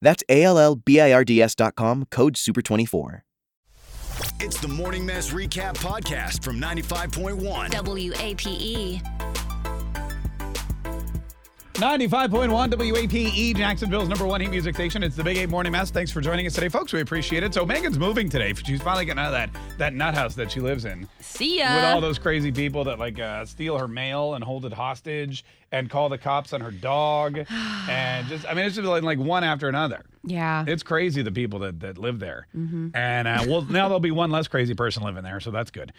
That's A L L B I R D S dot com, code SUPER24. It's the Morning Mess Recap Podcast from 95.1. E. WAPE. 95.1 WAPE, E, Jacksonville's number one heat music station. It's the Big Eight Morning Mass. Thanks for joining us today, folks. We appreciate it. So Megan's moving today. She's finally getting out of that, that nut house that she lives in. See With Uh-huh. all ya. those crazy people that like uh, steal her mail and hold it hostage and call the cops on her dog. and just, I mean, it's just like, like one after another. yeah. It's crazy the people that, that live there. And uh, well, now there'll be one less crazy person living there, so that's good.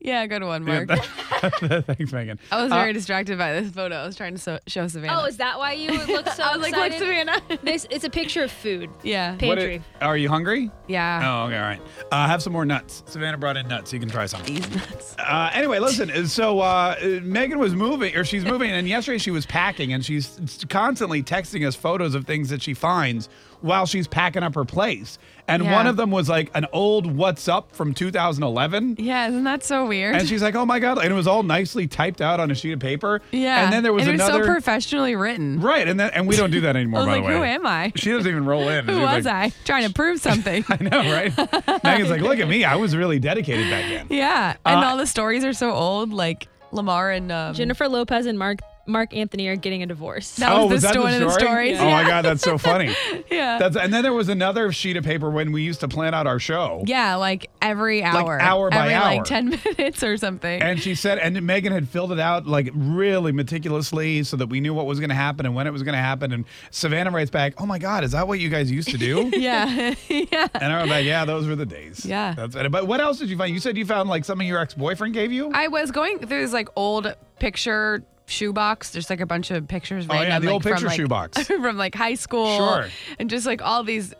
yeah, good one, Mark. Thanks, Megan. I was very distracted by this photo. I was trying to so- show Savannah. Oh, is that why you look so I was like, look, excited? Savannah. This it's a picture of food. yeah. Pan- What pantry. it- are you hungry? Yeah. Oh, okay, all right. Uh, have some more nuts. Savannah brought in nuts. You can try some. These nuts. Uh, anyway, listen. So uh, Megan was moving, or she's moving, and yesterday she was packing, and she's constantly texting us photos of things that she finds while she's packing up her place. And Yeah. one of them was like an old "What's Up" from 2011. Yeah, isn't that so weird? And she's like, "Oh my god!" And it was all nicely typed out on a sheet of paper. yeah. And then there was it another. was so professionally written. right. And then and we don't do that anymore. I was by like, the way, who am I? She doesn't even roll in. Who was I? Trying to prove something. I know, right? Megan's like, "Look at me! I was really dedicated back then." yeah. And Uh, all the stories are so old, like Lamar and um, Jennifer Lopez and Mark Mark Anthony are getting a divorce. That was the one of the stories. Oh my Yeah. god, that's so funny. Yeah. That's and then there was another sheet of paper when we used to plan out our show. yeah, like every hour. hour by every, hour. like 10 minutes or something. And she said, and Megan had filled it out like really meticulously so that we knew what was going to happen and when it was going to happen. And Savannah writes back, "Oh my God, is that what you guys used to do?" yeah. yeah. and I was like, "Yeah, those were the days." Yeah. That's it. But what else did you find? You said you found like something your ex boyfriend gave you. I was going through this like old picture shoebox. There's like a bunch of pictures. Oh, yeah, random, the like, old from, picture like- shoebox. from like high school. Sure. And just like all these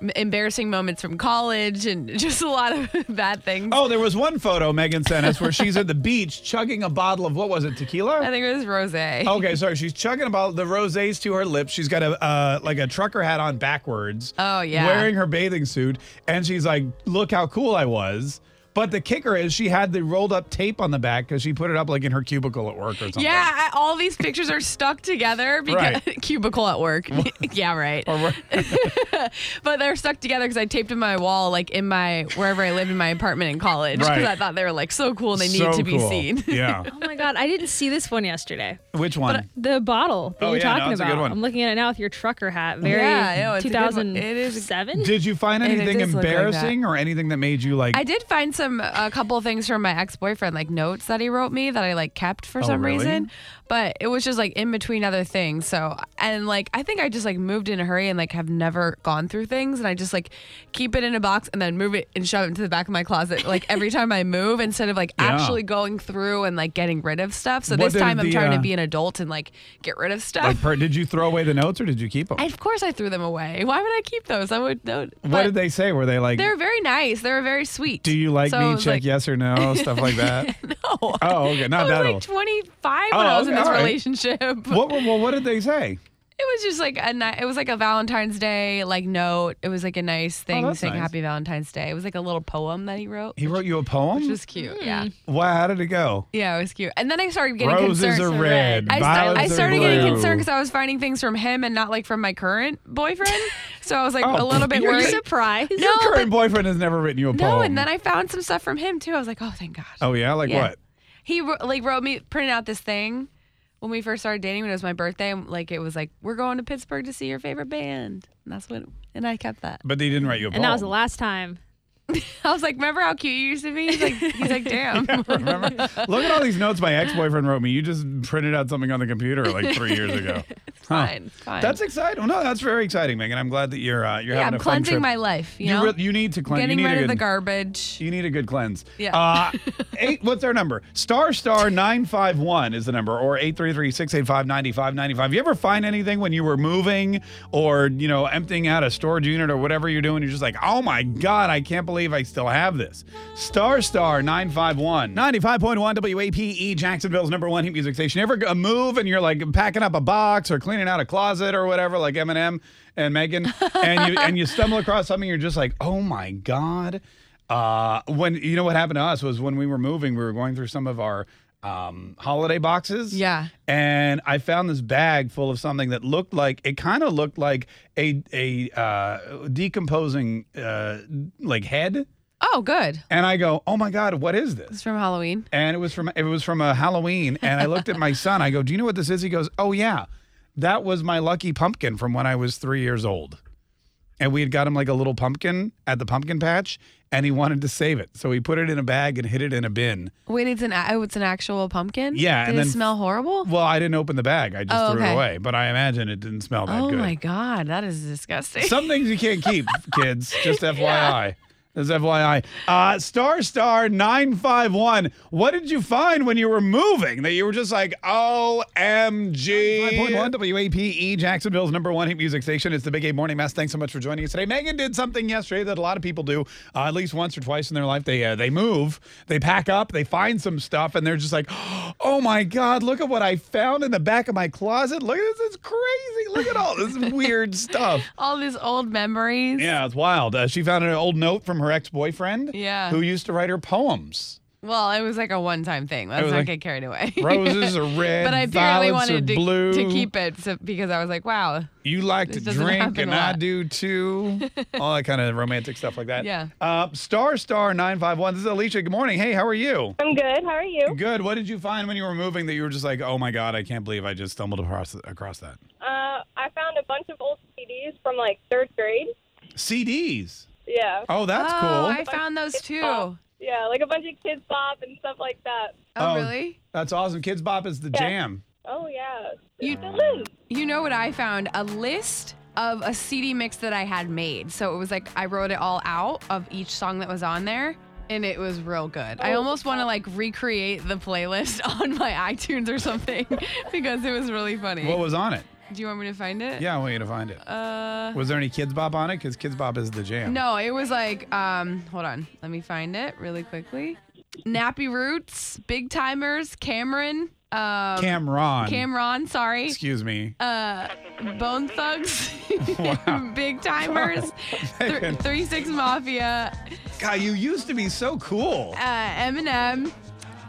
m- embarrassing moments from college and just a lot of bad things. Oh, there was one photo Megan sent us where she's at the beach chugging a bottle of what was it, tequila? I think it was rose. Oh, Okay, sorry. She's chugging about the rosés to her lips. She's got a uh, like a trucker hat on backwards. Oh, yeah. Wearing her bathing suit, and she's like, "Look how cool I was." But the kicker is she had the rolled up tape on the back because she put it up like in her cubicle at work or something. Yeah, I, all these pictures are stuck together because Right. cubicle at work. yeah, right. Or- but they're stuck together because I taped them to my wall, like in my wherever I lived in my apartment in college, because Right. I thought they were like so cool and they So needed to be cool. seen. yeah. Oh my god, I didn't see this one yesterday. Which one? The bottle that Oh, you're yeah, no, talking it's a about. good one. I'm looking at it now with your trucker hat. Very Yeah, ew, it's a good one. It is 2007. Did you find And it anything does look like that. embarrassing or anything that made you like? I did find some a couple of things from my ex boyfriend, like notes that he wrote me that I like kept for some Oh, really? reason. But it was just like in between other things. So and like I think I just like moved in a hurry and like have never gone through things and I just like keep it in a box and then move it and shove it into the back of my closet like every time I move instead of like Yeah. actually going through and like getting rid of stuff. So What this did time I'm the, trying uh, to be an adult and like get rid of stuff. like, per- did you throw away the notes or did you keep them? I- of course I threw them away. Why would I keep those? I would no. what but did they say? Were they like, They're very nice. They were very sweet. "Do you like So it me?" was, Check like, yes or no, stuff like that. No. Oh, okay, not I was that like old. 25 Oh, when I was okay, in this all right. relationship. what? were- Well, what did they say? It was just like a ni- it was like a Valentine's Day like note. It was like a nice thing Oh, that's saying nice. Happy Valentine's Day. It was like a little poem that he wrote. He wrote you a poem. which was cute. Yeah, Wow, how did it go? yeah, it was cute. And then I started getting Roses concerned. are red. I, st- violets I are started getting blue. concerned because I was finding things from him and not like from my current boyfriend. so I was like Oh, a little bit you're Were you worried. surprised? No, Your current but- boyfriend has never written you a poem. no, and then I found some stuff from him too. I was like, oh, thank God. Oh yeah, like Yeah. what? He wr- like wrote me printed out this thing when we first started dating when it was my birthday. and, Like it was like we're going to Pittsburgh to see your favorite band. And that's what and I kept that. But they didn't write you a poem. And that was the last time I was like, remember how cute you used to be? He's like, he's like, damn. Remember? Look at all these notes my ex-boyfriend wrote me. You just printed out something on the computer like three years ago. it's fine. It's fine. That's exciting. Well, no, that's very exciting, Megan. I'm glad that you're uh, you're yeah, having I'm a fun cleansing trip. my life. You, You, know, re- you need to cleanse. getting you need a rid of the good- garbage. You need a good cleanse. Yeah. Uh, eight, what's our number? Star star 951 is the number or 833-685-9595. You ever find anything when you were moving or, you know, emptying out a storage unit or whatever you're doing? You're just like, oh my God, I can't believe I still have this. Star star 951. 95.1 WAPE E, Jacksonville's number one hit music station. Ever a move and you're like packing up a box or cleaning out a closet or whatever like Eminem and Megan and you, and you stumble across something you're just like, oh my God. Uh, when you know what happened to us was when we were moving, we were going through some of our um, holiday boxes. Yeah. And I found this bag full of something that looked like it kind of looked like a a uh, decomposing uh, like head. Oh, good. And I go, oh my god, what is this? It's from Halloween. And it was from it was from a Halloween. And I looked at my son. I go, do you know what this is? He goes, oh yeah, that was my lucky pumpkin from when I was three years old. And we had got him like a little pumpkin at the pumpkin patch, and he wanted to save it, so he put it in a bag and hid it in a bin. Wait, it's an a- oh, it's an actual pumpkin. Yeah, Did and it then- smell horrible? Well, I didn't open the bag; I just Oh, threw it okay. away. But I imagine it didn't smell that Oh good. my god, that is disgusting. Some things you can't keep, kids. Just FYI. That's FYI. Uh, star star nine five one. What did you find when you were moving that you were just like, OMG? 5.1 WAPE E, Jacksonville's number one hit music station. It's the Big A Morning Mass. Thanks so much for joining us today. Megan did something yesterday that a lot of people do uh, at least once or twice in their life. They uh, they move, they pack up, they find some stuff, and they're just like, oh my god, look at what I found in the back of my closet. Look at this, it's crazy. Look at all this weird stuff. All these old memories. Yeah, it's wild. Uh, she found an old note from her ex boyfriend. Yeah. Who used to write her poems. Well, it was like a one-time thing. It Let's was not like get carried away. Roses are red, but I barely violets wanted are to, blue. to keep it so, because I was like, wow, You like to This doesn't drink, happen and a I lot. do too. All that kind of romantic stuff like that. Yeah. Uh, star Star 951. This is Alicia. Good morning. Hey, how are you? I'm good. How are you? Good. What did you find when you were moving that you were just like, oh my God, I can't believe I just stumbled across, across that? Uh, I found a bunch of old CDs from like third grade. CDs. Yeah. Oh, that's oh, cool. I found those too. Oh, Yeah, like a bunch of kids bop and stuff like that. Oh. really? that's awesome. Kids Bop is the jam. Oh yeah. You- Still is. You know what I found? A list of a CD mix that I had made. So it was like I wrote it all out of each song that was on there. And it was real good. I Oh, almost want to like recreate the playlist on my iTunes or something because it was really funny. What was on it? Do you want me to find it? Yeah, I want you to find it. Uh, Was there any Kids Bop on it? Because Kids Bop is the jam. no, it was like, um, hold on, let me find it really quickly. Nappy Roots, Big Timers, Cameron, um, Cameron. Cameron, sorry, Excuse me. uh, Bone Thugs, Big Timers, Megan. Thr Three Six Mafia, God, you used to be so cool. uh, Eminem,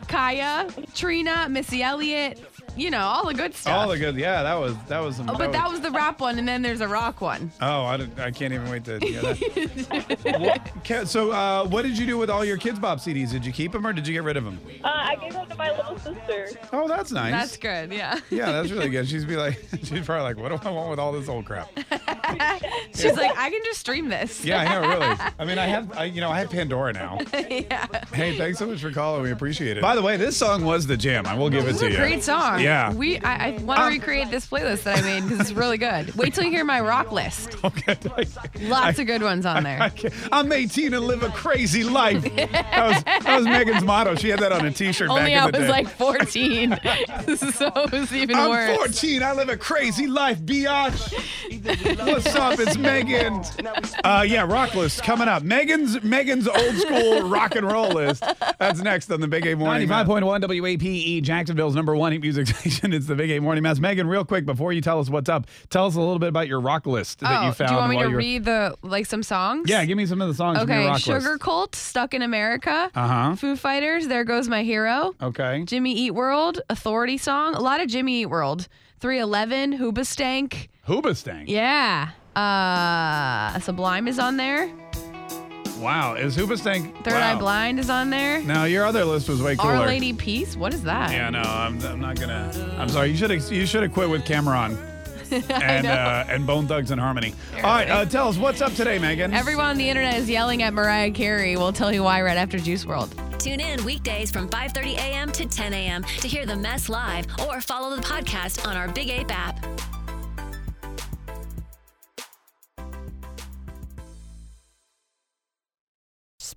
Kaya, Trina, Missy Elliott, you know, all the good stuff. All the good. Yeah, that was that was. Some, oh, but that was the rap one, and then there's a rock one. Oh, I, didn't- I can't even wait to hear that. What- Ca- so, uh, what did you do with all your Kids Bop CDs? Did you keep them or did you get rid of them? Uh, I gave them to my little sister. Oh, that's nice. That's good, yeah. Yeah, that's really good. She'd be like, she's probably like, what do I want with all this old crap? She's like, I can just stream this. Yeah, I know, really. I mean, I have, I, you know, I have Pandora now. Hey, thanks so much for calling. We appreciate it. By the way, this song was the jam. I will give it This to is you. a great song. Yeah. We I, I want to Um, recreate this playlist that I made because it's really good. Wait till you hear my rock list. Okay. Lots of good ones on there. I'm 18 and live a crazy life. That was, that was Megan's motto. She had that on a T-shirt Only back I in the was day. like 14, so it was even I'm worse. 14. I live a crazy life, biatch. What's up? It's Megan. Uh, yeah, rock list coming up. Megan's Megan's old school rock and roll list. That's next on the Big A Morning. Five point one WAPe E, Jacksonville's number one hit music station. It's the Big A Morning Mass. Megan, real quick before you tell us what's up, tell us a little bit about your rock list that Oh, you found do you want me while to you were. read the like some songs? yeah, give me some of the songs from your Okay, rock Sugar list. Cult, Stuck in America, Uh-huh. Oh. Foo Fighters, There Goes My Hero, Okay. Jimmy Eat World, Authority Song, a lot of Jimmy Eat World, 311, Hoobastank, Hoobastank. yeah, uh, Sublime is on there, Wow. Is Hoobastank Third wow. Eye Blind is on there, No, your other list was way cooler. Our Lady Peace, what is that? Yeah, no, I'm, I'm not gonna. I'm sorry. You should you should have quit with Cameron. and uh, and Bone Thugs and Harmony. All right, uh, tell us what's up today, Megan. Everyone on the internet is yelling at Mariah Carey. We'll tell you why right after Juice World. Tune in weekdays from 5:30 a.m. to 10 a.m. to hear the mess live or follow the podcast on our Big Ape app.